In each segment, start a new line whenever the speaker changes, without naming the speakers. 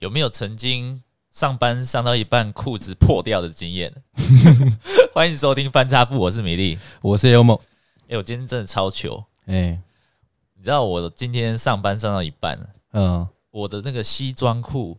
有没有曾经上班上到一半裤子破掉的经验？ 欢迎收听翻差部，我是米粒。
我是 Elmo。
哎、我今天真的超糗，
哎、
你知道我今天上班上到一半，
嗯
我的那个西装裤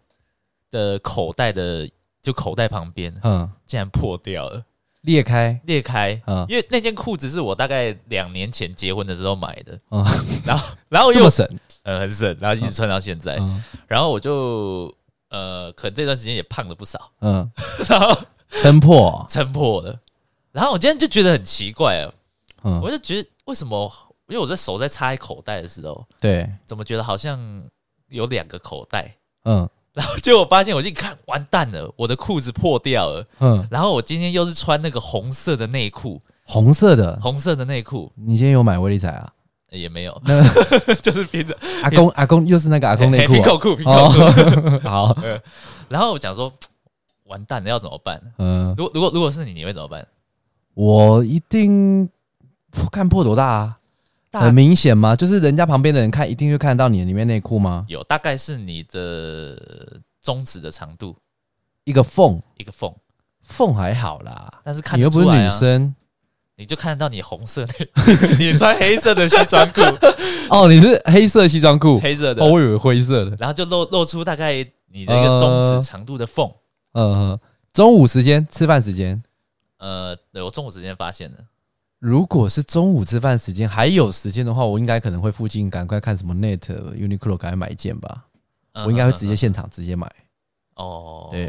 的口袋的就口袋旁边
嗯，
竟然破掉了，
裂开，
裂开。
嗯
因为那件裤子是我大概两年前结婚的时候买的，
嗯，
然后然后
这
又
么省，
嗯很省，然后一直穿到现在，
嗯
然后我就呃，可能这段时间也胖了不少，
嗯，
然后
撑 破哦，
撑破了。然后我今天就觉得很奇怪啊，我
嗯，
就觉得为什么？因为我在手在插在口袋的时候，
对，
怎么觉得好像有两个口袋？
嗯
然后结果发现我一看，完蛋了，我的裤子破掉了。
嗯，
然后我今天又是穿那个红色的内裤，
红色的，
红色的内裤
你今天有买威力彩 啊？
呃也没有，
那
就是平着
阿公阿公又是那个阿公嗯内裤
平
哦、
口裤，平口裤。
好，
然后我想说，完蛋了，要怎么办？
嗯，
如果如果如果是你，你会怎么办？
我一定破看破多大啊？
大
很明显吗？就是人家旁边的人看，一定就看得到你里面内裤吗？
有大概是你的中指的长度
一个缝，
一个缝，
缝还好啦，
但是看
你
得
又
出
不是
来
女
啊。
生
你就看得到你红色的， 你穿黑色的西装 裤，
哦，你是黑色西装裤，
黑色的
哦，，我以为灰色的，
然后就露露出大概你的一
呃
个中指长度的缝。
嗯，中午时间吃饭时间，
呃，对我中午时间发现的，
如果是中午吃饭时间还有时间的话，我应该可能会附近赶快看什么 Net、Uniqlo，赶快买一件吧。
嗯
我应该会直
嗯
接
嗯
现场直接买，
哦，
对，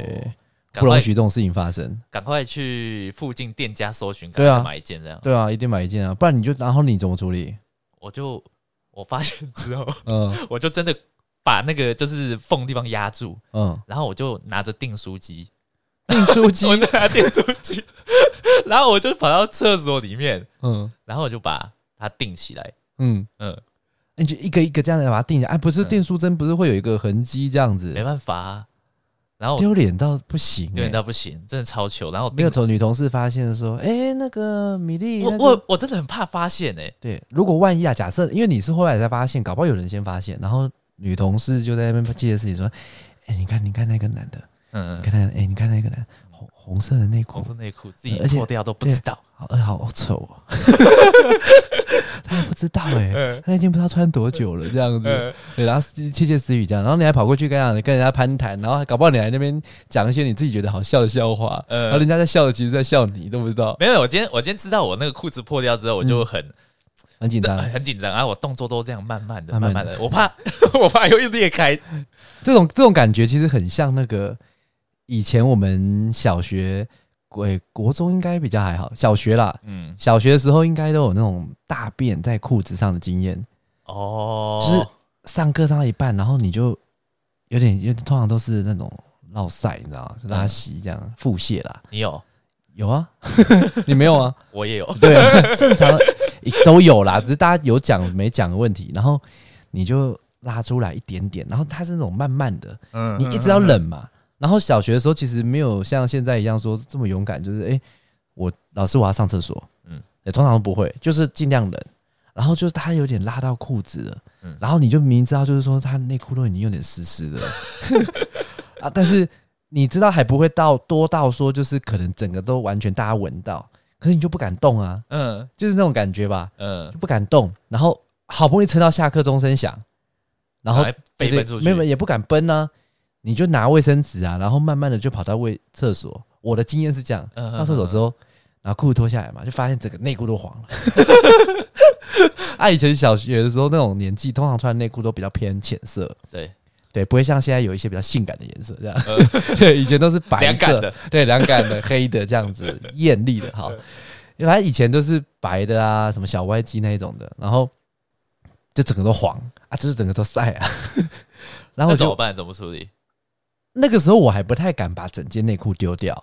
赶
不容
快
许这种事情发生。
赶快去附近店家搜寻，赶
对啊
快去买一件这样。
对啊，一定买一件啊，不然你就然后你怎么处理？
我就我发现之后，
嗯
我就真的把那个就是缝地方压住，
嗯，
然后我就拿着订书 机，
订书机
我，拿订书机， 然后我就跑到厕所里面，
嗯
然后我就把它订起来。
嗯，
嗯，
你就一个一个这样子把它订下，哎，不是
嗯
订书针不是会有一个痕迹这样
没
子，
办法、啊。然后我
丢脸到不行、
丢
欸
脸。到不行，真的超糗。然后我
没有
订
同女同事发现说，哎、那个米粒，
我
那个
我我真的很怕发现哎、
对，如果万一啊，假设因为你是后来才发现，搞不好有人先发现，然后女同事就在那边记得自己说：“哎、你看，你看那个男的，
嗯
你
嗯，
看那个，哎、你看那个男的红红色的内
红
裤，
色内裤自己
而且
脱掉都不知道，
好，呃好丑 哦。”他也不知道哎、
嗯
他已经不知道穿多久了这样子，对，然后窃窃私语这样，然后你还跑过去跟人家跟人家攀谈，然后还搞不好你还那边讲一些你自己觉得好笑的笑话，
嗯
然后人家在笑的其实在笑你，你都不知道，
没有，我今天我今天知道我那个裤子破掉之后，我就很、
很嗯紧张。
很紧张，然后我动作都这样慢慢的、
慢
慢
慢
慢
地
的，我怕 我怕又裂开。
这种这种感觉其实很像那个以前我们小学，国国中应该比较还好，小学啦，
嗯，
小学的时候应该都有那种大便在裤子上的经验，
哦，
就是上课上到一半，然后你就有点，有点通常都是那种落塞，你知道吗？就拉稀这样，腹泻啦。
你有，
嗯有啊， 你没有 啊？
我也有，
对啊，正常都有啦，只是大家有讲没讲的问题，然后你就拉出来一点点，然后它是那种慢慢的，
嗯
你一直要忍嘛。然后小学的时候其实没有像现在一样说这么勇敢，就是哎、诶我老师我要上厕所，
嗯
嗯，也通常都不会，就是尽量忍。然后就是他有点拉到裤子了，
嗯
然后你就明知道就是说他内裤都已经有点湿湿的了 啊，但是你知道还不会到多到说就是可能整个都完全大家闻到，可是你就不敢动啊，
嗯
就是那种感觉吧，
嗯，
就不敢动。然后好不容易撑到下课钟声响，然后
来飞奔出去，
哎没有也不敢奔呢、你就拿卫生纸啊，然后慢慢的就跑到卫厕所。我的经验是这样，
嗯
到厕所之后，然后裤子脱下来嘛，就发现整个内裤都黄 了。啊，以前小学的时候那种年纪，通常穿内裤都比较偏浅色，
对
对，不会像现在有一些比较性感的颜色这样。 对，以前都是白
呃凉感
色，
的， 呃
对，凉感的、黑的这 样子，艳丽的。好，反正以前都是白的啊，什么小歪鸡那一种的，然后就整个都黄啊，就是整个都晒啊。 然
那
后我
怎
就
么办？怎么处理？
那个时候我还不太敢把整件内裤丢掉，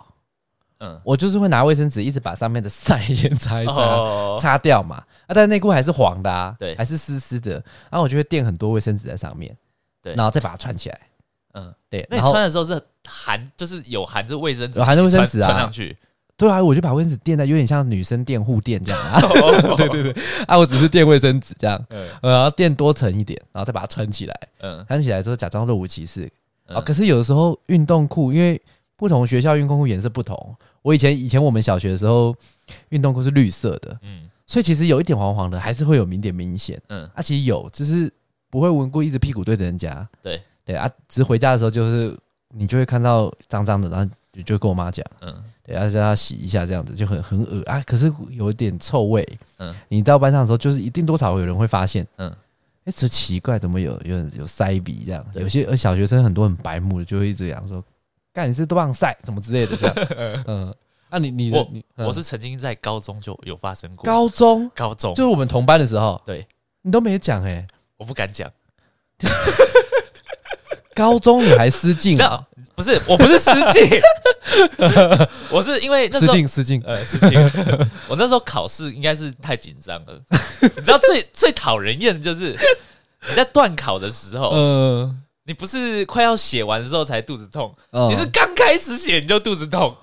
嗯，
我就是会拿卫生纸一直把上面的晒先 擦一擦，
哦，
擦掉嘛。啊，但内裤还是黄的啊，
对
还是湿湿的。然后我就会垫很多卫生纸在上面，
对
然后再把它串起来，
嗯，
对。
那你
然后
穿的时候是含，就是有含着卫生纸，
有含着卫生纸啊
穿上去。
对啊，我就把卫生纸垫在有点像女生垫护垫这样 啊。
对
对对对，啊，我只是垫卫生纸这样，
嗯
呃然后垫多层一点，然后再把它穿起来，
嗯
穿起来之后假装若无其事。啊。可是有的时候运动裤，因为不同学校运动裤颜色不同，我以前以前我们小学的时候，运动裤是绿色的，
嗯
所以其实有一点黄黄的，还是会有明点明显。
嗯，
啊，其实有，只是不会无故一直屁股对着人家。
对
对啊，只是回家的时候就是你就会看到脏脏的，然后你就跟我妈讲，
嗯
对，啊要叫她洗一下，这样子就很很恶啊。可是有一点臭味，
嗯
嗯，你到班上的时候就是一定多少会有人会发现，
嗯
嗯。哎，这奇怪，怎么有有人有塞鼻这样？
对
有些而呃小学生很多很白目的，就会一直讲说：“干你是多棒塞，怎么之类的。”这 样，嗯，啊你你的你嗯
我是曾经在高中就有发生过，
高中，
高中
就是我们同班的时候，
对
你都没讲哎、
我不敢讲，
高中女孩失
你
禁
知
啊，
道不是，我不是失禁，我是因 为那
失
时候
禁失禁，
呃，事情，我那时候考试应该是太紧张了。你知道最最讨人厌的就是你在断考的时候，
嗯，
你不是快要写完的时候才肚子痛，
哦
你是刚开始写你就肚子痛。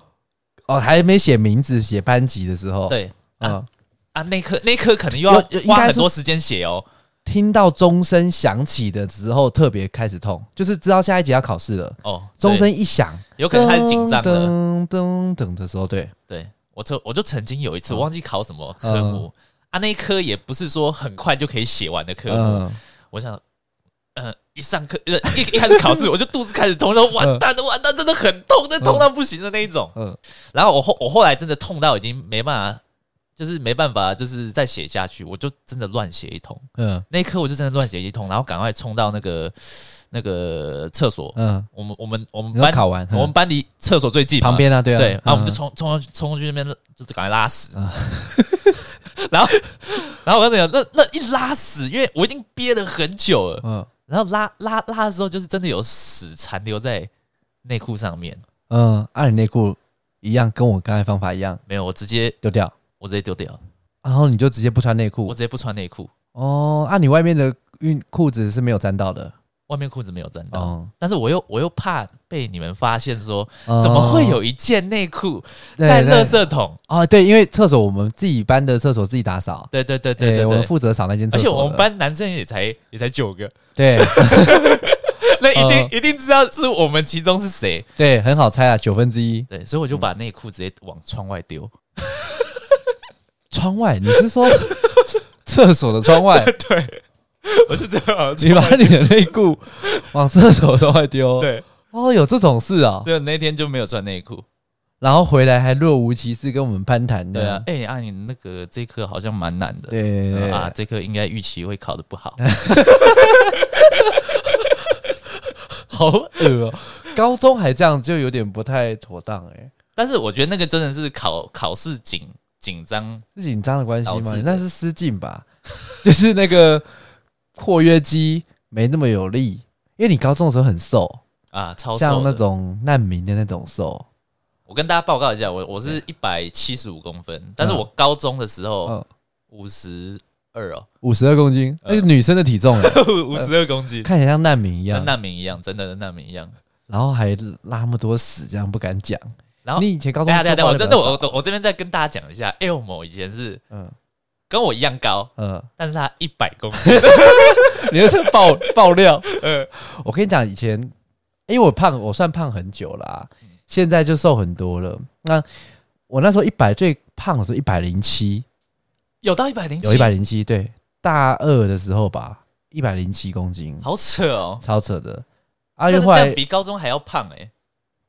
哦，还没写名字、写班级的时候，，
对
嗯，
啊，那科那科可能又要
有有应该
花
是
很多时间写哦。
听到钟声响起的时候特别开始痛，就是知道下一节要考试了，
哦，
钟声
对
一响，
有可能开始紧张了。
噔噔噔的时候，对，
对，我就我就曾经有一次
嗯
我忘记考什么科目啊，那一科也不是说很快就可以写完的科目，
嗯，
我想，呃，一上课，呃，一一开始 考试，我就肚子开始痛，说完蛋了，完蛋，真的很痛，那痛到不行的那一种。
嗯
然后我后我后来真的痛到已经没办法，就是没办法，就是再写下去，我就真的乱写一通。
嗯
那一刻我就真的乱写一通，然后赶快冲到那个那个厕所。
嗯，
我们我们我们
你说
班
考完，
我们
嗯
班离厕所最近嘛
旁。边啊，对啊，
对，然后我们
嗯
就冲冲去冲去那边，就是赶快拉屎
嗯。
然后，然后我跟你讲，那那一拉屎，因为我已经憋了很久了，
嗯
然后拉拉拉的时候，就是真的有屎残留在内裤上面。
嗯，按你内裤一样，跟我刚才方法一样，
没有，我直接
丢掉，
我直接丢掉，
然后你就直接不穿内
我
裤
直，接不穿内裤，
哦，按你外面的运裤子是没有沾到的，
外面裤子没有沾到。
哦，嗯
但是我又我又怕被你们发现说，
怎
怎么会有一件内裤
哦对
在
对
垃圾桶？
哦，对，因为厕所我们自己班的厕所自己打扫，
对对对对对
欸我
对
们负责扫那间厕
而
所
且
的。
我们班男生也才也才九 个，
对
那一定、
嗯
一定知道是我们其中是谁。
对很好猜啊，九分之一。
对，所以我就把内裤直接往窗外丢。
窗外，你是说厕所的窗外？
对， 我就这样往
你
窗
把
外。
你的内裤往厕所窗外 丢？，
对，
哦，有这种事啊、
所以那天就没有穿内裤。
然后回来还若无其事跟我们攀谈
对啊
的，，
哎、啊，你那个这科好像蛮难的。
对对对
啊，这科应该预期会考的不好。
好恶哦、高中还这样，就有点不太妥当哎、
但是我觉得那个真的是考考试紧紧张，
是紧张的关系
导
吗
致？的
那是失禁吧， 就是那个括约肌没那么有力，因为你高中的时候很瘦，
啊，超瘦
像
的
那种难民的那种瘦。
我跟大家报告一下，我我是一百七十五公分，但是我高中的时候
嗯
五十二 哦，
五十二公斤，
嗯
那是女生的体 重哎，
五十二公斤，
看起来像难民一
跟
样，
难民一样，真的跟难民一样。
然后还拉那么多屎，这样不敢讲。
然后
你以前高
等一
中
下等一下啊等一下，我真
真
的
的
我我我这边再跟大家讲一下，Elmo 以前是
嗯
跟我一样高，
嗯，
但是他一百公 斤，
你在爆爆料。
呃
我跟你讲，以前因为我胖，我算胖很久啦、
嗯
现在就瘦很多了。那我那时候一百最胖的时候一百零七，
有到一百零七，
有一百零七，对，大二的时候吧，一百零七公斤，
好扯哦。
超扯的。啊，
但
又
是
后
这样
来
比高中还要胖哎、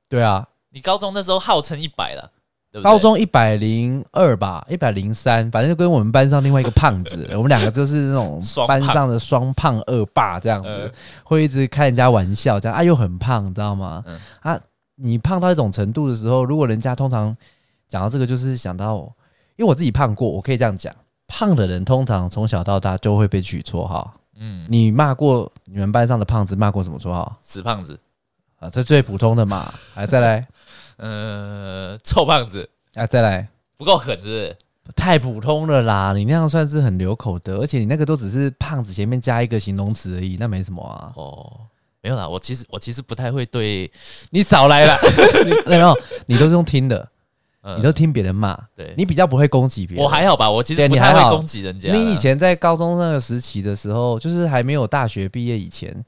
对啊，
你高中那时候号称一百了，对不对？
高中一百零二吧，一百零三，反正就跟我们班上另外一个胖 子，我们两个就是那种
双胖
班上的双胖恶霸这样子，
呃
会一直开人家玩笑，这样啊又很胖，你知道吗？
嗯
啊，你胖到一种程度的时候，如果人家通常讲到这个，就是想到，因为我自己胖过，我可以这样讲，胖的人通常从小到大就会被取绰号。
嗯，
你骂过你们班上的胖子骂过什么绰号
死胖子，
啊？这最普通的嘛，啊再来
呃，臭胖子，
啊再来。
不够狠是不是？
太普通了啦，你那样算是很流口德，而且你那个都只是胖子前面加一个形容词而已，那没什么啊。
哦，没有啦，我其实我其实不太会对，
你少来 了，没有，你都是用听的，
嗯
你都听别人骂，
对
你比较不会攻击别人。
我还好啊吧，我其实
对
不
你
太
还好
会攻击人家啦。
你以前在高中那个时期的时候，就是还没有大学毕业以前，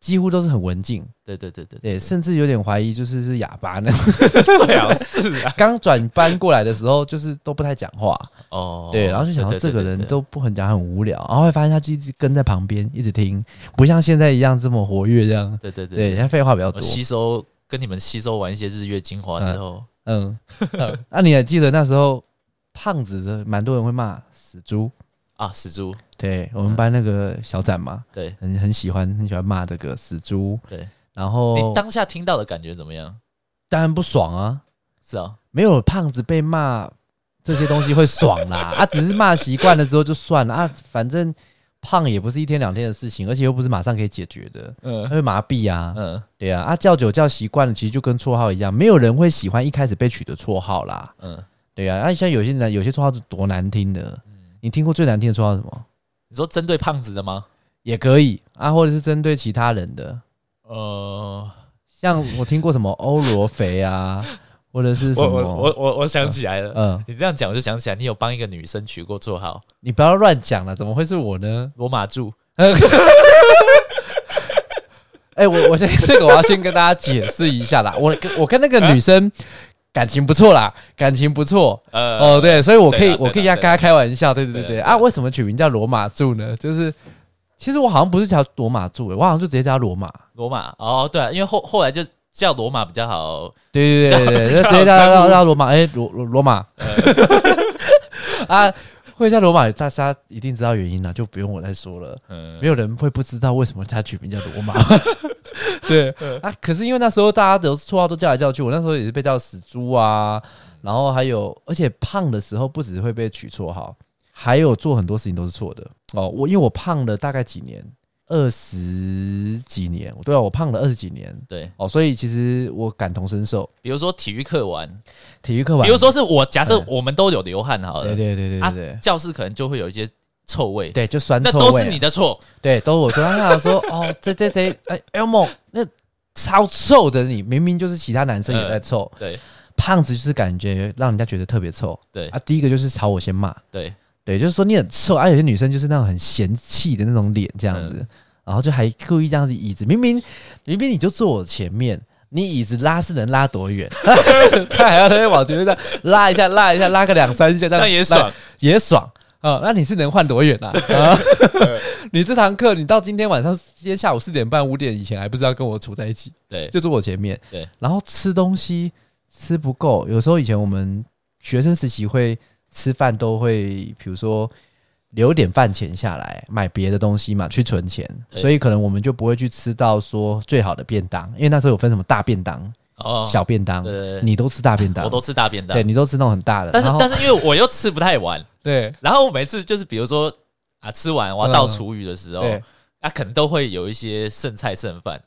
几乎都是很文静，
对对对 对
对，甚至有点怀疑就是是哑巴呢。
最好是啊。
刚转班过来的时候，就是都不太讲话，
哦，
对，然后就想到
对
这
对
个
对
人
对
都不很讲，很无聊，然后会发现他就一直跟在旁边，一直听，不像现在一样这么活跃这样。
对对对
对，，他废话比较
我
多。
吸收跟你们吸收完一些日月精华之后，
嗯， 嗯那你还记得那时候胖子的，蛮多人会骂死猪。
啊，死猪，
对我们班那个小展嘛，
对
很很喜欢很喜欢骂这个死猪。
嗯对，
然
你
后
当下听到的感觉怎么样？
当然不爽啊，
是啊，
没有胖子被骂这些东西会爽啦， 啊，只是骂习惯了之后就算了啊，反正胖也不是一天两天的事情，而且又不是马上可以解决的，他
嗯
会麻痹啊，
嗯
对啊，啊叫久叫习惯了，其实就跟绰号一样，没有人会喜欢一开始被取的绰号啦，
嗯，
对啊，啊像有些人有些绰号是多难听的，你听过最难听的绰号是什么？
你说针对胖子的吗？
也可以啊，或者是针对其他人的，
呃，
像我听过什么欧罗肥啊，或者是什
我我
么，
我我我想起来了，
嗯，
你这样讲我就想起来，你有帮一个女生取过绰号
你不要乱讲了，怎么会是我呢？
“罗马柱
哎、我我先这个我要先跟大家解释一下啦。我跟我跟那个女生感情不错啦，感情不错”。。
呃，
哦，对，所以我可
对
以
啦
我可以
对啦
跟她开玩笑，对对对
对
对
啦
啊！为什么取名叫罗马柱呢？就是其实我好像不是叫罗马柱、欸，我好像就直接叫她罗马。
罗马哦，对啊，因为后后来就叫罗马比较好，
对对对对对，就
叫
直接叫
叫
叫叫罗马，哎，罗罗罗马。
呃
啊，会叫罗马，大家一定知道原因了，就不用我再说了。
嗯
没，有人会不知道为什么他取名叫罗马。 对啊，可是因为那时候大家都绰号都叫来叫去，我那时候也是被叫死猪啊，然后还有，而且胖的时候不只会被取绰号，还有做很多事情都是错的哦。我因为我胖了大概几年，二十几年，对啊，我胖了二十几年
对，
哦，所以其实我感同身受。
比如说体育课完，
体育课完，
比如说是我假设
嗯
我们都有流汗好了，
对，对对对对对、
啊，教室可能就会有一些臭味，
对，就酸
那
臭
都
味啊、
是你的错，
对，都是我说，他 想说，哦，这这这，哎，Elmo 那超臭的你，明明就是其他男生也在臭，
对
胖子就是感觉让人家觉得特别臭。
对
啊，第一个就是朝我先骂，
对，
对，就是说你很臭，啊，有些女生就是那种很嫌弃的那种脸这样子，
嗯
然后就还故意这样子椅子，明明明明你就坐我前面。你椅子拉是能拉 多远？ 他还要在那边往前面这样拉一下，拉一下，拉个两三下，这
这
样
样也爽，
也爽啊、那你是能换多远啊？啊 你这堂课，你到今天晚上，今天下午四点半、五点以前还不知道跟我处在一起，
对
就坐我前面。
对，
然后吃东西吃不够，有时候以前我们学生时期会吃饭都会，比如说留点饭钱下来买别的东西嘛，去存钱，
对
所以可能我们就不会去吃到说最好的便当，因为那时候有分什么大便当、
哦，
小便当
对，对对，
你都吃大便当，
我都吃大便当
对，你都吃那种很大的，
但是
然后
但是因为我又吃不太完，
对
然后我每次就是比如说啊吃完我要倒
嗯
厨余的时候，
对。
啊可能都会有一些剩菜剩饭。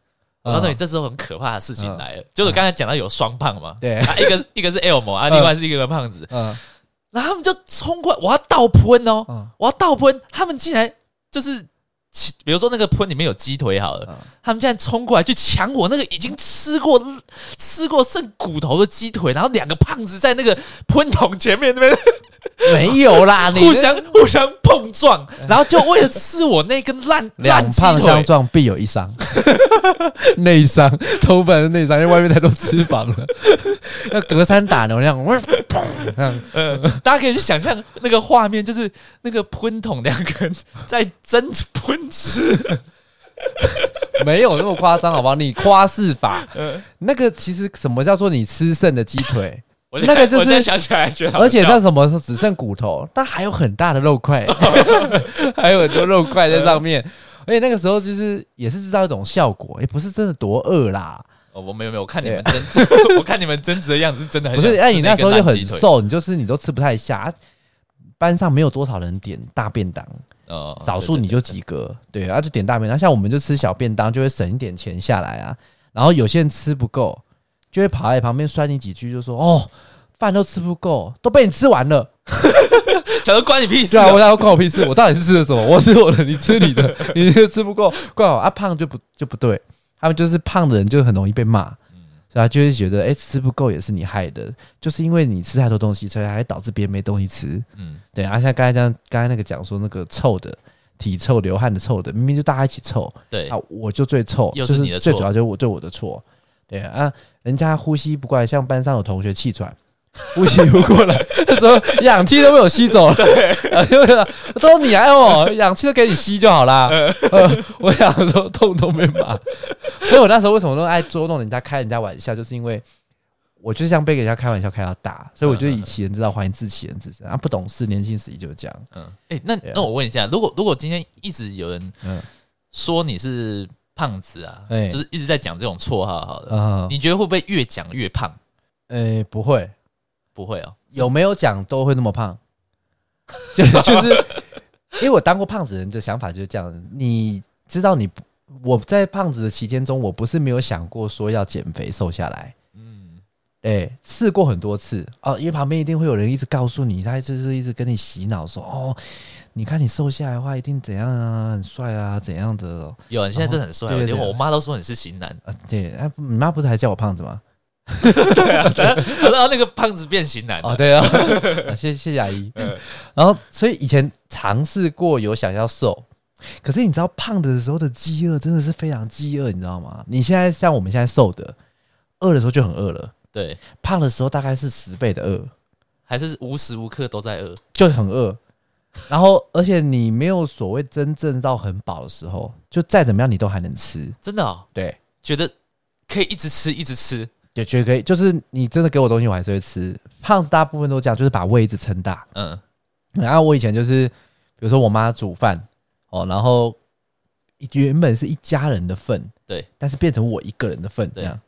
我
嗯
告诉你，这时候很可怕的事情来了，就是刚才讲到有双胖嘛，
对
啊一个一个是 Elmo 啊，
嗯
另外是一个胖子，
嗯
然后他们就冲过来，我要倒喷哦，
嗯
我要倒喷，他们竟然就是。其比如说那个喷里面有鸡腿好了，
嗯
他们竟然冲过来去抢我那个已经吃过吃过剩骨头的鸡腿，然后两个胖子在那个喷桶前面那边
没有啦， 你嗯
互相互相碰撞，然后就为了吃我那根烂烂
两
鸡
胖相
腿，
撞必有 一伤，内伤，头本的内伤，因为外面太多脂肪了， 要隔山打牛那样，砰 这样
呃大家可以去想象那个画面，就是那个喷桶两个人在争喷吃，
没有那么夸张，好不好？你夸饰法，
嗯
那个其实什么叫做你吃剩的鸡 腿，
我现在
那个就是
我现在想起来觉得好笑，
而且那什么时候只剩骨头，但还有很大的肉 块，还有很多肉块在上
呃
面。而且那个时候就是也是制造一种效果，也、不是真的多饿啦，
哦我没有没有，我看你们争执， 我看你们争执的样子，真的很
不是，
想
那
吃
你那时候
根
就
烂
很
鸡腿
瘦，你就是你都吃不太下。啊班上没有多少人点大便当，
哦
少数你就几个，对，啊然后就点大便当。像我们就吃小便当，就会省一点钱下来啊。然后有些人吃不够，就会跑来旁边酸你几句，就说：“哦，饭都吃不够，都被你吃完了。
想说关你屁”事
对啊，
啊
我！想要关我屁事，我到底是吃了什么？我吃我的，你吃你的，你这吃不够，怪我啊。胖就不就不对，他们就是胖的人就很容易被骂。
嗯
所以他就会觉得，哎、吃不够也是你害的，就是因为你吃太多东西，所以还导致别人没东西吃。
嗯，
对啊，像刚才这样，刚才那个讲说那个臭的，体臭流汗的臭的，明明就大家一起臭
对
啊，我就最臭，
又
就是
你的
最
错
主要就是我对我的错，对啊，人家呼吸不过来，像班上有同学气喘。呼吸不过来，那时候氧气都被我吸走了。 对，说你还我氧气都给你吸就好 啦。呃我想说痛都没骂，所以我那时候为什么都爱捉弄人家、开人家玩笑，就是因为我就是像被人家开玩笑开到大，所以我就以其人之道还自其人之身啊，不懂事，年轻时就是这样。
嗯，哎、那
对啊
那我问一下，如果如果今天一直有人
嗯
说你是胖子啊，
哎
就是一直在讲这种绰号，好了，
啊，
你觉得会不会越讲越胖？
呃，不会，
不会哦，
有没有讲都会那么胖，就 就是因为我当过胖子人的想法就是这样，你知道你不我在胖子的期间中，我不是没有想过说要减肥瘦下来。
嗯，
哎，试过很多次哦，因为旁边一定会有人一直告诉你，他就是一直跟你洗脑说，哦，你看你瘦下来的话，一定怎样啊，很帅啊，怎样的哦、
有啊，你现在真的很帅哦，
对对
连
对
我妈都说你是型 男，
啊，对，啊，你妈不是还叫我胖子吗？
然后那个胖子变型男了
哦，对啊，啊谢谢谢阿姨。然后，所以以前尝试过有想要瘦，可是你知道胖的时候的饥饿真的是非常饥饿，你知道吗？你现在像我们现在瘦的，饿的时候就很饿了，
对，
胖的时候大概是十倍的饿，
还是无时无刻都在饿，
就很饿。然后，而且你没有所谓真正到很饱的时候，就再怎么样你都还能吃，
真的哦，
对，
觉得可以一直吃一直吃，
也觉得可以。就是你真的给我东西，我还是会吃。胖子大部分都这样，就是把胃一直撑大。
嗯，
然啊后我以前就是，比如说我妈煮饭哦，然后原本是一家人的份，
对，
但是变成我一个人的份这
对
样。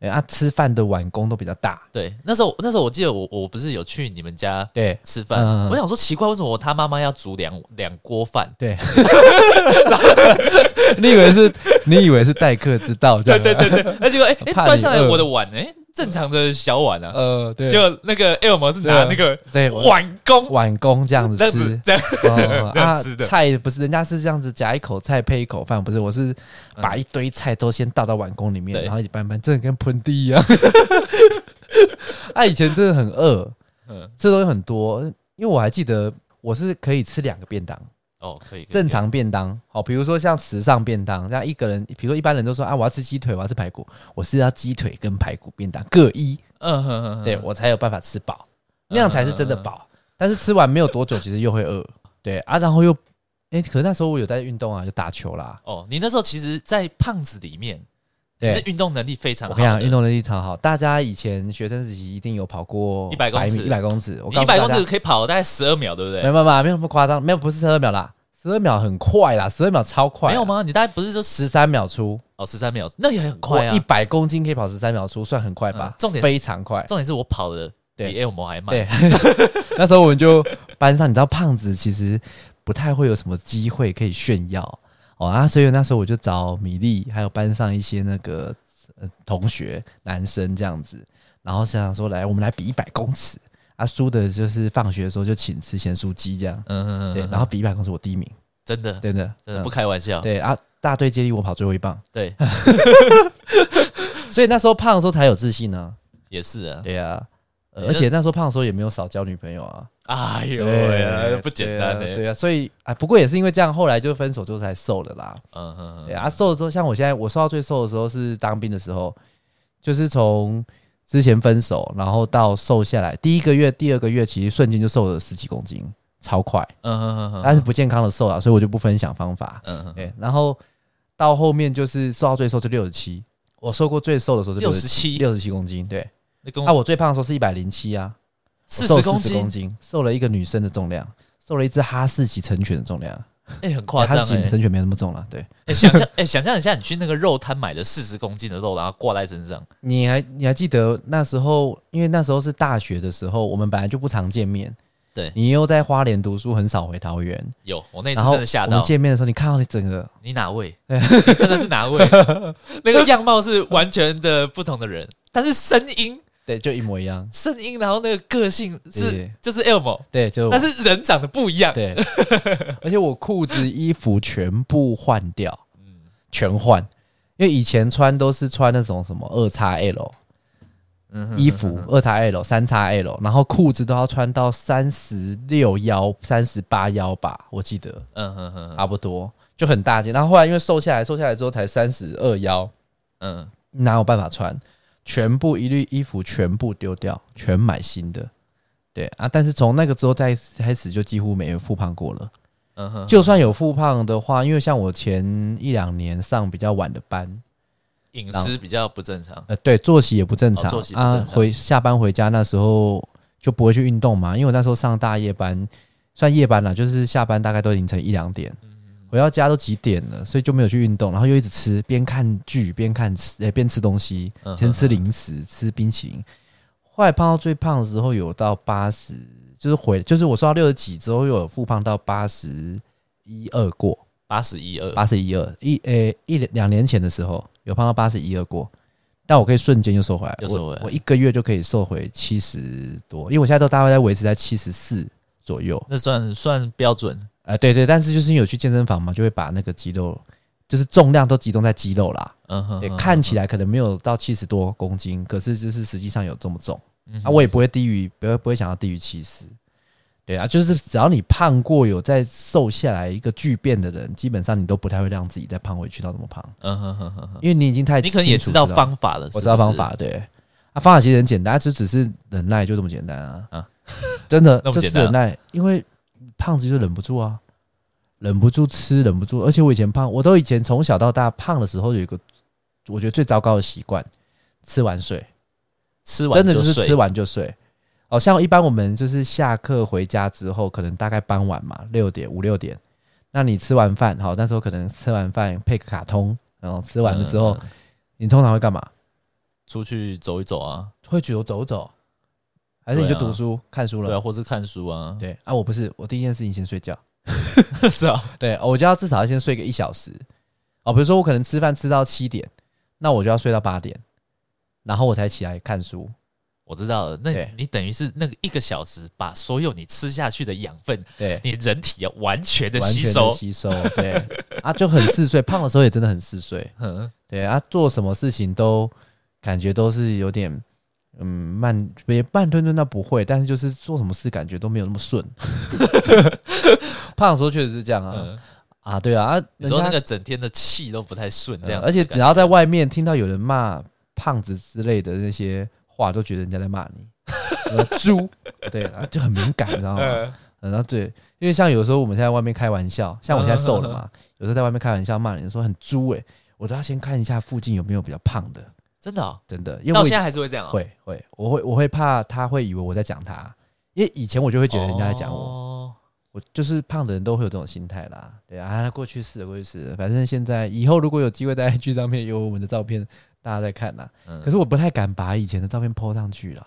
哎、啊，吃饭的碗工都比较大，
对，那时候那时候我记得我我不是有去你们家
对
吃饭，
嗯嗯嗯
我想说奇怪，为什么我他妈妈要煮两两锅饭？
对。你以为是，你以为是待客之道， 对对对对，
而且 哎哎
怕你
端上来
饿
我的碗，哎正常的小碗啊，
呃，对，
就那个 Elmo 是拿那个
对碗
碗公
碗工这样
这
子
样
吃
子，这样，
哦
这样吃的
菜不是人家是这样子夹一口菜配一口饭，不是，我是把一堆菜都先倒到碗公里面，
嗯对
然后一拌拌，真的跟喷地一样。 啊，以前真的很饿，
嗯
这东西很多，因为我还记得我是可以吃两个便当，
哦可以可以
正常便当，好，比如说像时尚便当，像一个人，比如说一般人都说啊，我要吃鸡腿，我要吃排骨，我是要鸡腿跟排骨便当各一，
嗯哼哼哼
对我才有办法吃饱，那样才是真的饱。但是吃完没有多久，其实又会饿。对啊，然后又，哎、可是那时候我有在运动啊，有打球啦。
哦你那时候其实，在胖子里面你是
对，
运动能力非常
我
好
跟你
的，
讲，运动能力超好。大家以前学生时期一定有跑过
100公尺
一百公尺。我
你
告
一
诉
百
大家
公尺可以跑大概十二秒，对不
没有
对？
没有没有没有那么夸张，没有不是十二秒啦，十二秒很快啦，十二秒超快。啊
没有？吗？你大概不是说
十三秒出，
哦十三秒，那也很快啊
一。百公斤可以跑十三秒出，算很快吧
嗯？重点是
非常快。
重点是我跑的比
对
Elmo 还慢，
对，那时候我们就班上，你知道胖子其实不太会有什么机会可以炫耀哦啊，所以那时候我就找米粒，还有班上一些那个、呃、同学男生这样子，然后想想说来，我们来比一百公尺啊，输的就是放学的时候就请吃咸酥鸡这样，
嗯嗯嗯，
对，
嗯
然后比一百公尺我第一名，
真的
真的
真的
嗯
不开玩笑，
对啊，大队接力我跑最后一棒，
对，
所以那时候胖的时候才有自信呢、
也是啊，
对啊。呃
对
而且那时候胖的时候也没有少交女朋友啊，
哎呦喂
对
啊，不简单
对啊
的，
对啊，所以啊，不过也是因为这样，后来就分手之后才瘦了啦。
嗯嗯
对
嗯，
啊，瘦了之后，像我现在我瘦到最瘦的时候是当兵的时候，就是从之前分手，然后到瘦下来，第一个月、第二个月，其实瞬间就瘦了十几公斤，超快，
嗯嗯嗯嗯
但是不健康的瘦啊，所以我就不分享方法。
嗯嗯，
对，然后到后面就是瘦到最瘦就六十七，我瘦过最瘦的时候是
六十七，
六十七公斤，对。
那跟
啊，我最胖的时候是一百零七啊，
四
瘦
十
了
公
40公
斤，
斤，瘦了一个女生的重量，瘦了一只哈士奇成犬的重量。
哎，很夸张
它
哎
成。犬没有那么重了。对，
哎、想象哎、想象一下，你去那个肉摊买的四十公斤的肉，然后挂在身上，
你还你还记得那时候？因为那时候是大学的时候，我们本来就不常见面。
对
你又在花莲读书，很少回桃园。
有我那次
然后
真的吓
我们
到。
见面的时候，你看到你整个
你哪位？你真的是哪位？那个样貌是完全的不同的人，但是声音、
对，就一模一样。
声音，然后那个个性
对
是
对
就是 Elmo，
对，就是我
但是人长得不一样。
对，而且我裤子、衣服全部换掉，全换。因为以前穿都是穿那种什么二叉 L，
嗯哼
衣服二叉 L、三叉 L，然后裤子都要穿到三十六腰、三十八腰吧，我记得
嗯哼哼哼，
差不多，就很大件。然后后来因为瘦下来，瘦下来之后才三十二腰，
嗯，
哪有办法穿？全部一律衣服全部丢掉，全买新的。对啊，但是从那个之后再开始就几乎没有复胖过了。
嗯哼，
就算有复胖的话，因为像我前一两年上比较晚的班，
饮食比较不正常，
呃，对，作息也不正常，
哦作息不正常
啊，回下班回家那时候就不会去运动嘛，因为我那时候上大夜班，算夜班啦，就是下班大概都凌晨一两点，
嗯
回到家都几点了，所以就没有去运动，然后又一直吃，边看剧边看吃，呃，边吃东西，
嗯
先吃零食，吃冰淇淋，后来胖到最胖的时候有到八十，就是回，就是我瘦到六十几之后又有复胖到八十一二过，
八十一二，
八十一二一诶、一两年前的时候有胖到八十一二过，但我可以瞬间就瘦回来，
又瘦回来
我我一个月就可以瘦回七十多，因为我现在都大概在维持在七十四左右。
那算算标准，
啊、对对，但是就是因为有去健身房嘛，就会把那个肌肉，就是重量都集中在肌肉啦。
嗯哼
也
哼，
看起来可能没有到七十多公斤，可是就是实际上有这么重。
嗯哼
啊，我也不会低于，不会不会想要低于七十。对啊，就是只要你胖过，有在瘦下来一个巨变的人，基本上你都不太会让自己再胖回去到那么胖，
嗯哼哼哼哼，
因为你已经太
你可能也
清楚
知
知道
道，方法了，是
我知道
不是
方，法，对。啊，方法其实很简单，就只是忍耐，就这么简单啊！
啊
真的，
那么
就
简
是
单啊
忍耐，因为胖子就忍不住啊，忍不住吃，忍不住。而且我以前胖，我都以前从小到大胖的时候有一个，我觉得最糟糕的习惯，吃完睡。
吃完
真的就是
睡
吃，完就睡。哦，像一般我们就是下课回家之后，可能大概傍晚嘛，六点五六点，那你吃完饭，好，那时候可能吃完饭配个卡通，然后吃完了之后，
嗯
你通常会干嘛？
出去走一走啊，
会举头走走，还是你就
对啊
读书、看书
对啊，
了？
或是看书啊，
对啊，我不是，我第一件事情先睡觉。
是啊，
对，我就要至少要先睡个一小时。哦，比如说我可能吃饭吃到七点，那我就要睡到八点，然后我才起来看书。
我知道了，那
对
你等于是那个一个小时把所有你吃下去的养分，
对，
你人体啊完全的
完
吸
全的
收，
吸收，对啊，就很 嗜睡，胖的时候也真的很嗜睡，
嗯，
对啊，做什么事情都感觉都是有点嗯慢，也慢吞吞倒不会，但是就是做什么事感觉都没有那么顺。 胖的时候确实是这样啊、
嗯
啊，对啊，啊
你
人
说
家
那个整天的气都不太顺，这样
嗯
子
而且
的感
只要在外面听到有人骂胖子之类的那些话，都觉得人家在骂你。呃猪，对，啊就很敏感，你知道吗？
嗯
嗯，然后对，因为像有时候我们现在外面开玩笑，像我现在瘦了嘛，
嗯
有时候在外面开玩笑骂人说很猪诶、我都要先看一下附近有没有比较胖的，
真的哦，
真的，因为
到
我以
现在还是会这样啊，
会会，我会我会怕他会以为我在讲他，因为以前我就会觉得人家在讲我，
哦
我就是胖的人都会有这种心态啦，对啊，过去式了过去式了，反正现在以后如果有机会在 IG 上面有我们的照片，大家再看啦。
嗯
可是我不太敢把以前的照片 PO 上去啦。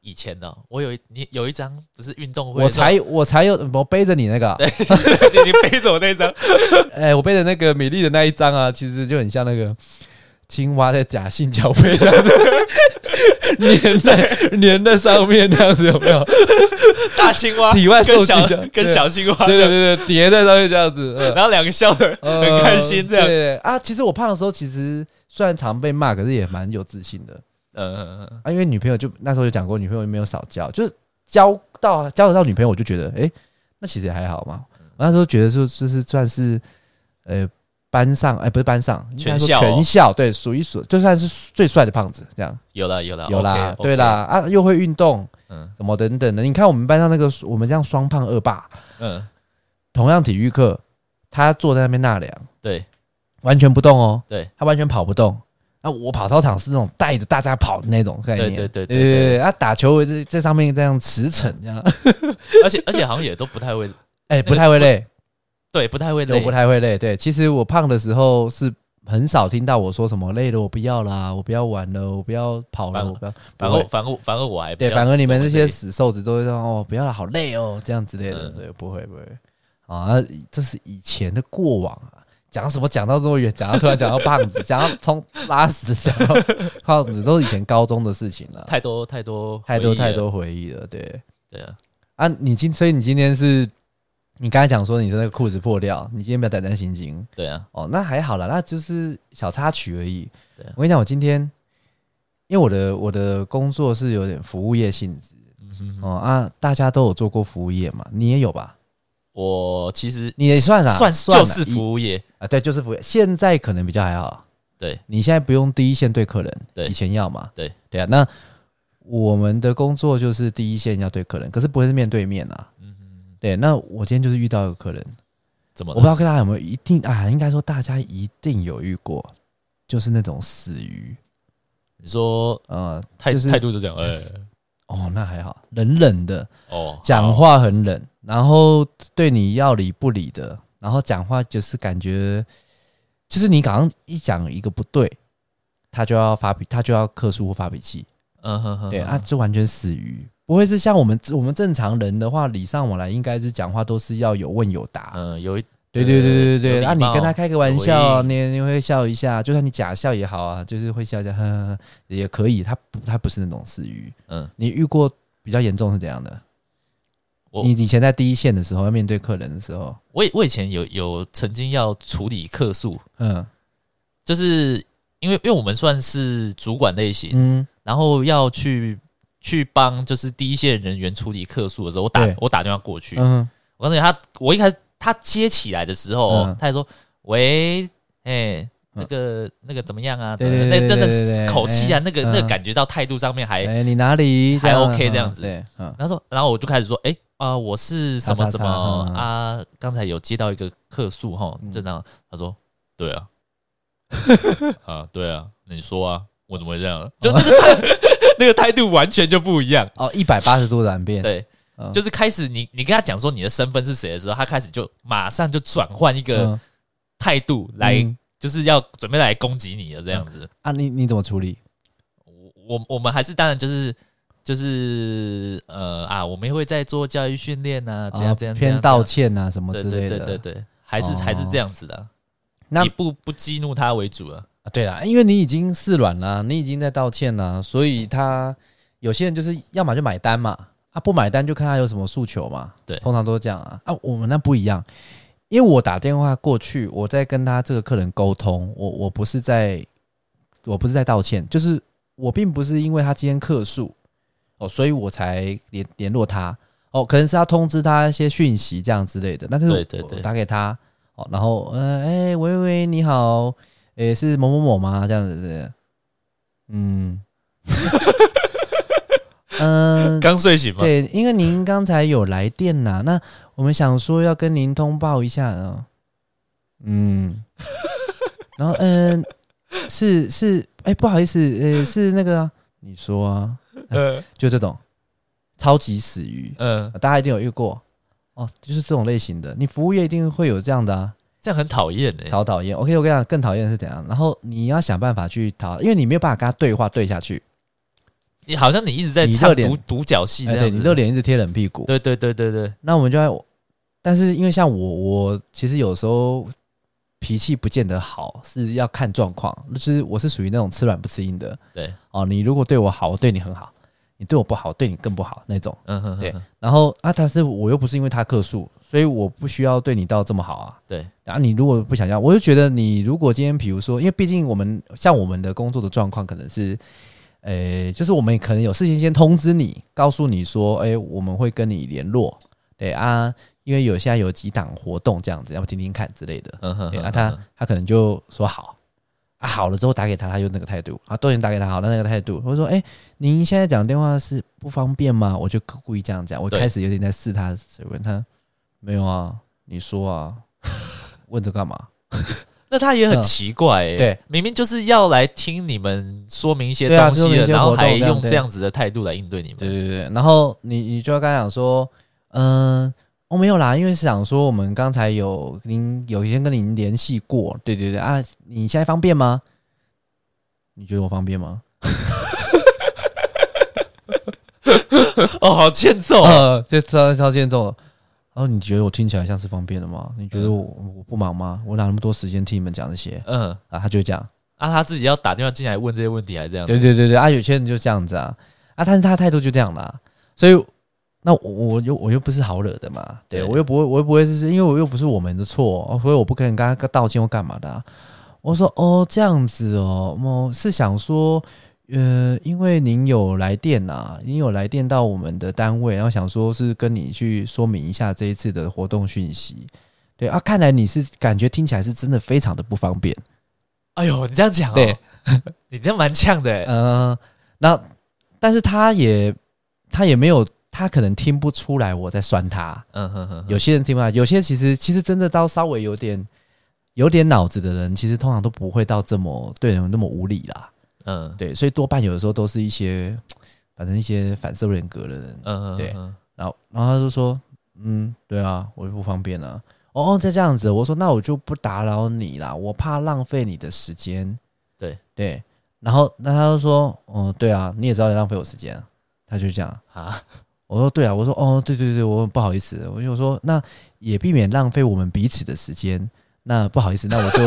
以前的哦，我有一你有一张不是运动会
我
的时候，
才我才有我背着你那个啊，
你背着我那张，
哎、我背的那个米粒的那一张啊，其实就很像那个青蛙在假性交配上面 粘在粘在上面那样子，有没 有？
大青蛙
体外受
跟
精
小
的
跟小青蛙，
对对对对，叠在上面这样子，嗯
然后两个笑的很开心这
呃
样，
对啊，其实我胖的时候，其实虽然常被骂，可是也蛮有自信的
嗯嗯嗯嗯，
啊。因为女朋友就那时候有讲过，女朋友没有少交，就是交到交得到女朋友，我就觉得哎、那其实也还好
嗯
嘛。我那时候觉得就就是算是呃班上哎、不是班上，应该说
全校哦
全校对数一数，就算是最帅的胖子这样
有啦有啦
有啦
OK，OK
对啦，啊又会运动
嗯
什么等等的。你看我们班上那个我们这样双胖恶霸，
嗯，
同样体育课他坐在那边纳凉。
对，
完全不动哦，
对，
他完全跑不动。那我跑操场是那种带着大家跑的那种概念，
对对对对
对
对
对。他打球也是在上面这样驰骋，这 样，
而且而且好像也都不太会，
哎，不太会累，
对，不太会
我
累，
不太会累。对，其实我胖的时候是很少听到我说什么累了，我不要啦，我不要玩了，我不要跑
反
了，我不要，
反
不会
而反而反而我还比
对，
较
反而你们这些
对
死瘦子都会说哦，不要了，好累哦，这样之类的。
嗯
对，不会不会。啊，这是以前的过往啊。讲什么讲到这么远，讲到突然讲到胖 子，讲到从拉屎讲到胖子，都是以前高中的事情了、
太多太多
太多
回忆了
太多回忆了。对
对啊，
啊，你今所以你今天是，你刚才讲说你是那个裤子破掉，你今天不要胆战心惊
对啊，
哦，那还好啦，那就是小插曲而已
对啊。
我跟你讲，我今天因为我的我的工作是有点服务业性质
嗯哼哼
哦啊，大家都有做过服务业嘛，你也有吧？
我其实
你也算啦啊
算
算啦
就是服务业，
啊，对，就是服务业。现在可能比较还好，
对
你现在不用第一线对客人，
对
以前要嘛，
对
对啊。那我们的工作就是第一线要对客人，可是不会是面对面啊。
嗯
对，那我今天就是遇到一个客人，
怎么
我
了？
不知道大家有没有一定啊，应该说大家一定有遇过，就是那种死鱼，
你说
呃，
态
就是
态度就这样，哎，
哦，那还好，冷冷的，
哦，
讲
好
话很冷，然后对你要理不理的，然后讲话就是感觉，就是你刚刚一讲一个不对，他就要发脾，他就要客诉或发脾气，
嗯哼哼，
对，
哼
啊，，就完全死鱼，不会是像我们我们正常人的话，礼尚往来，应该是讲话都是要有问有答，
嗯，有一
对对对对
有
对，
礼
啊，你
貌
跟他开个玩
有
笑，
回应
你你会笑一下，就算你假笑也好啊，就是会笑一下，呵呵呵也可以，他不他不是那种死鱼，
嗯，
你遇过比较严重是怎样的？
我
你以前在第一线的时候，要面对客人的时候，
我以我以前有有曾经要处理客诉，
嗯
就是因为因为我们算是主管类型，
嗯，
然后要去去帮就是第一线人员处理客诉的时候，我打
对
我打电话过去，
嗯
我告诉你，他我一开始他接起来的时候，
嗯
他还说：“喂，哎、那个、那个怎么样啊？怎么样
对对对
那
对对
那
对
是口气啊，
哎
那个、
嗯
那个感觉到态度上面还……
哎，你哪里
还 OK 这样子
对，嗯
然后说，然后我就开始说：哎、啊、我是什么
叉叉叉
什么
嗯嗯
啊？刚才有接到一个客诉哈
嗯，
正当。他说：对 啊，啊对啊，你说啊，我怎么会这 样？就那个态、 那个态度完全就不一样。
哦，一百八十度转变，
对，
嗯，
就是开始你你跟他讲说你的身份是谁的时候，他开始就马上就转换一个
嗯
态度来。
嗯
就是要准备来攻击你的这样子。
啊，你你怎么处理？
我我我们还是当然就是就是呃啊，我们也会在做教育训练呐，啊这样这样这
哦偏
样
道
这
歉啊什么
样
之类
对对
的，
对对对，还是
哦
还是这样子的啊，
那
以不不激怒他为主啊。
啊对啦，因为你已经示软啦，你已经在道歉啦，所以他有些人就是要么就买单嘛，啊不买单就看他有什么诉求嘛，
对
通常都是这样啊。啊，我们那不一样，因为我打电话过去，我在跟他这个客人沟通，我我不是在，我不是在道歉，就是我并不是因为他今天客诉哦，所以我才联联络他哦，可能是他通知他一些讯息这样之类的，但是
对对
我
对
我打给他哦，然后呃，哎、喂喂，你好，诶、是某某某吗？这样子的，嗯， 嗯、
刚睡醒嘛，
对，因为您刚才有来电呐，那我们想说要跟您通报一下啊。嗯， 然后嗯、是是，哎、不好意思，呃、是那个啊、你说啊，
嗯
就这种超级死鱼，
嗯，
大家一定有遇过哦，就是这种类型的，你服务业一定会有这样的啊，
这样很讨厌哎。
超讨厌。OK，我跟你讲，更讨厌的是怎样？然后你要想办法去讨，因为你没有办法跟他对话对下去，
你好像你一直在
你
唱
热脸
独独角戏
哎、
这
对
样
你
子。
热脸一直贴冷屁股，
对对对对对，
那我们就在，但是因为像我，我其实有时候脾气不见得好，是要看状况。就是我是属于那种吃软不吃硬的。
对，
哦，你如果对我好，我对你很好；你对我不好，我对你更不好那种。
嗯哼，
对
哼哼
然后啊，但是我又不是因为他客诉，所以我不需要对你到这么好啊。
对，
然后你如果不想要，我就觉得你如果今天比如说，因为毕竟我们像我们的工作的状况可能是，呃，就是我们可能有事情先通知你，告诉你说，哎，我们会跟你联络，对啊，因为有现在有几档活动这样子，要不听听看之类的。
嗯哼
对，
哼，
啊，他
哼
他可能就说好啊，好了之后打给他，他就那个态度啊，都已经打给他好了那个态度，我说哎、您现在讲电话是不方便吗？我就故意这样讲，我
对
开始有点在试他的水温，他没有啊，你 说啊，问这干嘛？
那他也很
嗯
奇怪、欸，
对，
明明就是要来听你们说明一些
对啊
东西
说明
的，
一些
然后
活动
还
这样
用
对
这样子的态度来应对你
对
们，
对对，然后你你就要跟他讲说，嗯、我、没有啦，因为是想说我们刚才有您有先跟您联系过，对对对啊，你现在方便吗？你觉得我方便吗？
哦，好欠揍、啊，
呃，这超超严重了。然后你觉得我听起来像是方便的吗？你觉得我、我不忙吗？我哪那么多时间听你们讲这些
嗯，
啊？他就这样，
啊，他自己要打电话进来问这些问题，还这样子，
对对对对啊，有些人就这样子啊啊，但是他的态度就这样啦，所以那我我又我又不是好惹的嘛，对
对
我又不会我又不会是因为我又不是我们的错、哦所以我不可能跟他道歉或干嘛的啊、我说哦这样子哦，我是想说呃，因为您有来电啊，您有来电到我们的单位，然后想说是跟你去说明一下这一次的活动讯息。对啊，看来你是感觉听起来是真的非常的不方便。
哎呦，你这样讲、哦，
对，
你这样蛮呛的、欸。
嗯、那但是他也他也没有，他可能听不出来我在酸他。
嗯哼哼，哼
有些人听不出来，有些其实其实真的到稍微有点有点脑子的人，其实通常都不会到这么对人那么无理啦。
嗯
对，所以多半有的时候都是一些反正一些反社会人格的人。
嗯
对
嗯
然后然后他就说，嗯，对啊，我就不方便啊。哦，再这样子，我说那我就不打扰你啦，我怕浪费你的时间。
对
对，然后那他就说，哦，对啊，你也知道你浪费我时间啊、他就这样。
啊，
我说对啊，我说哦，对对对，我很不好意思，我就说那也避免浪费我们彼此的时间，那不好意思，那我就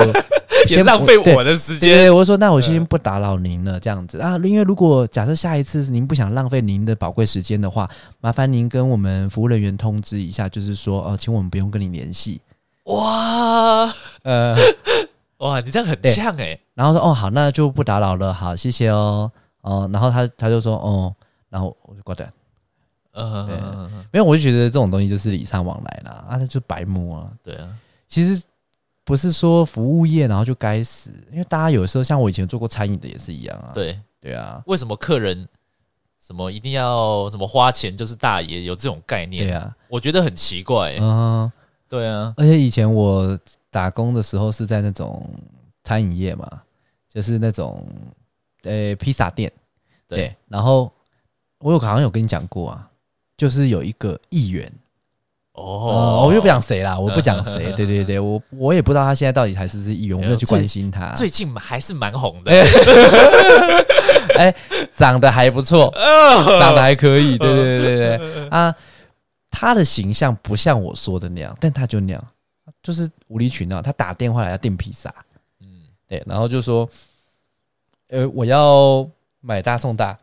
也浪费
对
我的时
对
间。
对，我就说那我先
嗯
不打扰您了，这样子啊，因为如果假设下一次您不想浪费您的宝贵时间的话，麻烦您跟我们服务人员通知一下，就是说呃，请我们不用跟你联系。
哇
呃，
哇，你这样很
对
呛哎、
然后说哦好，那就不打扰了，好，谢谢哦，哦、然后他他就说哦，然后我就挂断。
嗯
对
嗯嗯，嗯
没有，我就觉得这种东西就是礼尚往来啦，啊，他就白目啊，
对啊，
其实不是说服务业然后就该死，因为大家有时候像我以前做过餐饮的也是一样啊。
对，
对啊，
为什么客人什么一定要什么花钱就是大爷有这种概念？
对啊，
我觉得很奇怪、欸。
嗯，
对啊，
而且以前我打工的时候是在那种餐饮业嘛，就是那种呃披萨店，
对
然后我有好像有跟你讲过啊，就是有一个议员，
哦
哦，，我就不讲 谁啦，我不讲谁，
嗯
对对对，我我也不知道他现在到底还是不是议员，我没有去关心他，
哦最近还是蛮红的。
长得还 不错，长得还可
哦
以，对对对对对啊，他的形象不像我说的那样，但他就那样，就是无理取闹。他打电话来要订披萨，
嗯，
对，然后就说，呃，我要买大送大，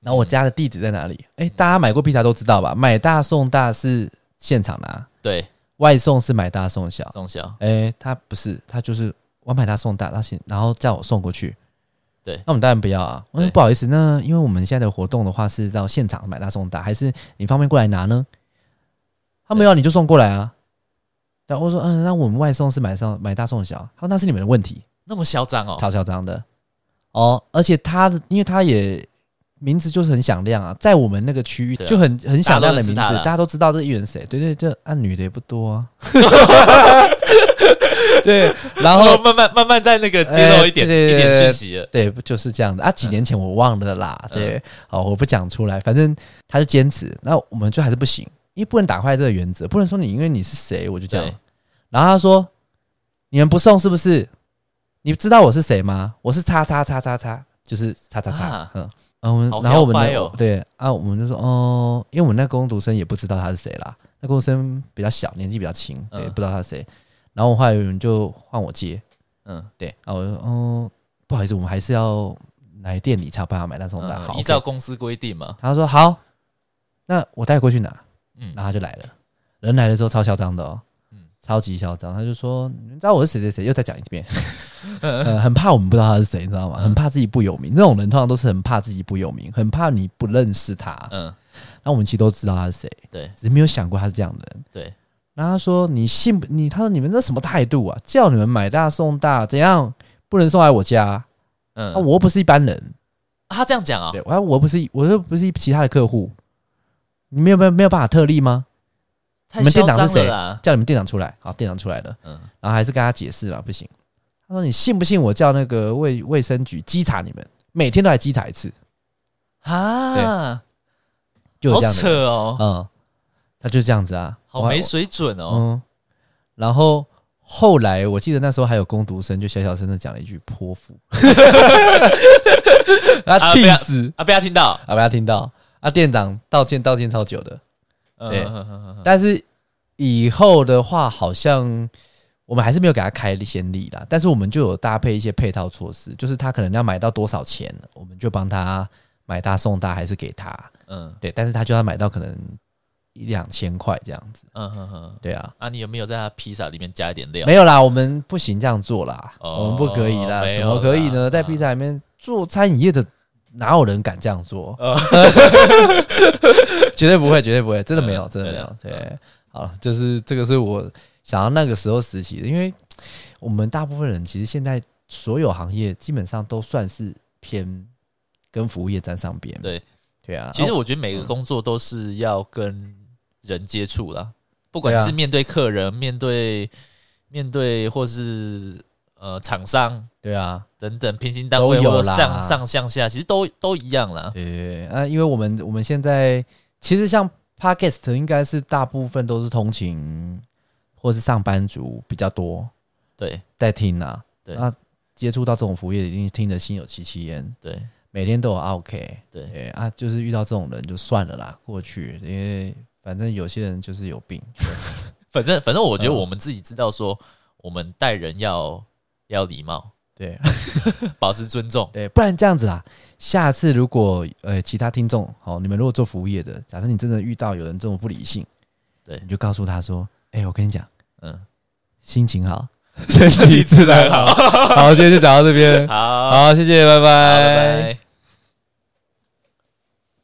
然后
嗯
我家的地址在哪里？哎、大家买过披萨都知道吧？买大送大是现场拿，
对，
外送是买大送小。
宋小，
哎、他不是，他就是我买他送大，他行，然后叫我送过去。
对
那我们当然不要啊。我说
对
不好意思，那因为我们现在的活动的话是到现场买大送大，还是你方便过来拿呢？他没有啊，你就送过来啊。然后我说，嗯，那我们外送是买上买大送小。他说那是你们的问题，
那么嚣张哦。
超嚣张的哦。而且他的，因为他也名字就是很响亮啊，在我们那个区域
对啊
就很很响亮的名字，
大家都认识他啦
大家都知道这议员谁。对对，这按女的也不多 啊。 对，然
然后
后
慢慢慢慢在那个揭露一点
哎对
一
对对
点讯息了。
对，不就是这样的啊？几年前我忘了啦，
嗯
对，好，我不讲出来，反正他就坚持，那我们就还是不行，因为不能打坏这个原则，不能说你因为你是谁我就这样
对。
然后他说：“你们不送是不是？你知道我是谁吗？我是叉叉叉叉叉，就是叉叉叉。
啊
嗯，然后我
好
们然后我们
摇
的、
摆哦
对啊，我们就说哦，因为我们那工读生也不知道他是谁啦，那工读生比较小，年纪比较轻，对，
嗯
不知道他是谁。然后后来有人就换我接，
嗯，
对，啊，我就说哦，不好意思，我们还是要来店里才有办法买那种大。
嗯
好，
依照
OK
公司规定嘛。
他说好，那我带过去拿，
嗯
然后他就来了。人来的时候超嚣张的哦，
嗯
超级嚣张。他就说：“你们知道我是谁谁谁？”又再讲一遍， 呃，很怕我们不知道他是谁，你知道吗？
嗯
很怕自己不有名。这种人通常都是很怕自己不有名，很怕你不认识他。
嗯，
那我们其实都知道他是谁，
对
只是没有想过他是这样的人。
对，
然后他说：“你信不？你他说你们这什么态度啊？叫你们买大送大，怎样不能送来我家？”
嗯，
啊，我又不是一般人，
啊他这样讲啊
对，，我我又不是，我又不是其他的客户，你没有没有没有办法特例吗？
太
你们
嚣
店长
张
是谁
了啦。
叫你们店长出来，好，店长出来了，
嗯，
然后还是跟他解释了，不行。他说你信不信我叫那个卫卫生局稽查你们，每天都来稽查一次，
啊，
就有
好
这样的
扯
人，
哦，
嗯，他就这样子啊，
好
我还
没水准哦。
嗯，然后后来我记得那时候还有攻读生就小小声的讲了一句 泼妇， 他
啊
气
不要
死
啊，被他听到。
啊，被他听到啊，店长道歉道歉超久的。
嗯
对
嗯嗯嗯
但是以后的话，好像我们还是没有给他开先例啦。但是我们就有搭配一些配套措施，就是他可能要买到多少钱，我们就帮他买大送大，还是给他。
嗯
对，但是他就要买到可能一两千块这样子。
嗯嗯嗯。
对啊，
啊，你有没有在他披萨里面加一点料？
没有啦，我们不行这样做啦，
哦
我们不可以啦，
没有
怎么可以呢？
啦啊
在披萨里面做餐饮业的哪有人敢这样做？
哦
绝对不会，绝对不会，真的没有，
嗯
真的没有。
对
对，好，就是这个是我想要那个时候时期的，因为我们大部分人其实现在所有行业基本上都算是偏跟服务业沾上边。
对，
对啊。
其实
啊
我觉得每个工作都是要跟人接触啦，不管
对啊
是面对客人、面对面对或是呃厂商
对啊，
等等，平行单位
都有
或
啦
上上向下，其实都都一样啦。
对对对啊，因为我们我们现在其实像 podcast 应该是大部分都是通勤或是上班族比较多
对
在听啊。
对
啊，接触到这种服务业，一定听得心有戚戚焉，
对
每天都有 OK。
对，
对啊，就是遇到这种人就算了啦，过去，因为反正有些人就是有病。
反正反正我觉得
嗯
我们自己知道说，我们待人要要礼貌，
对
保持尊重。
对，不然这样子啦，下次如果呃其他听众，好，你们如果做服务业的，假设你真的遇到有人这么不理性，
对
你就告诉他说，哎、我跟你讲，
嗯，
心情好， 身体自然好。好，今天就讲到这 边，
好，好
好，谢谢，拜
拜拜。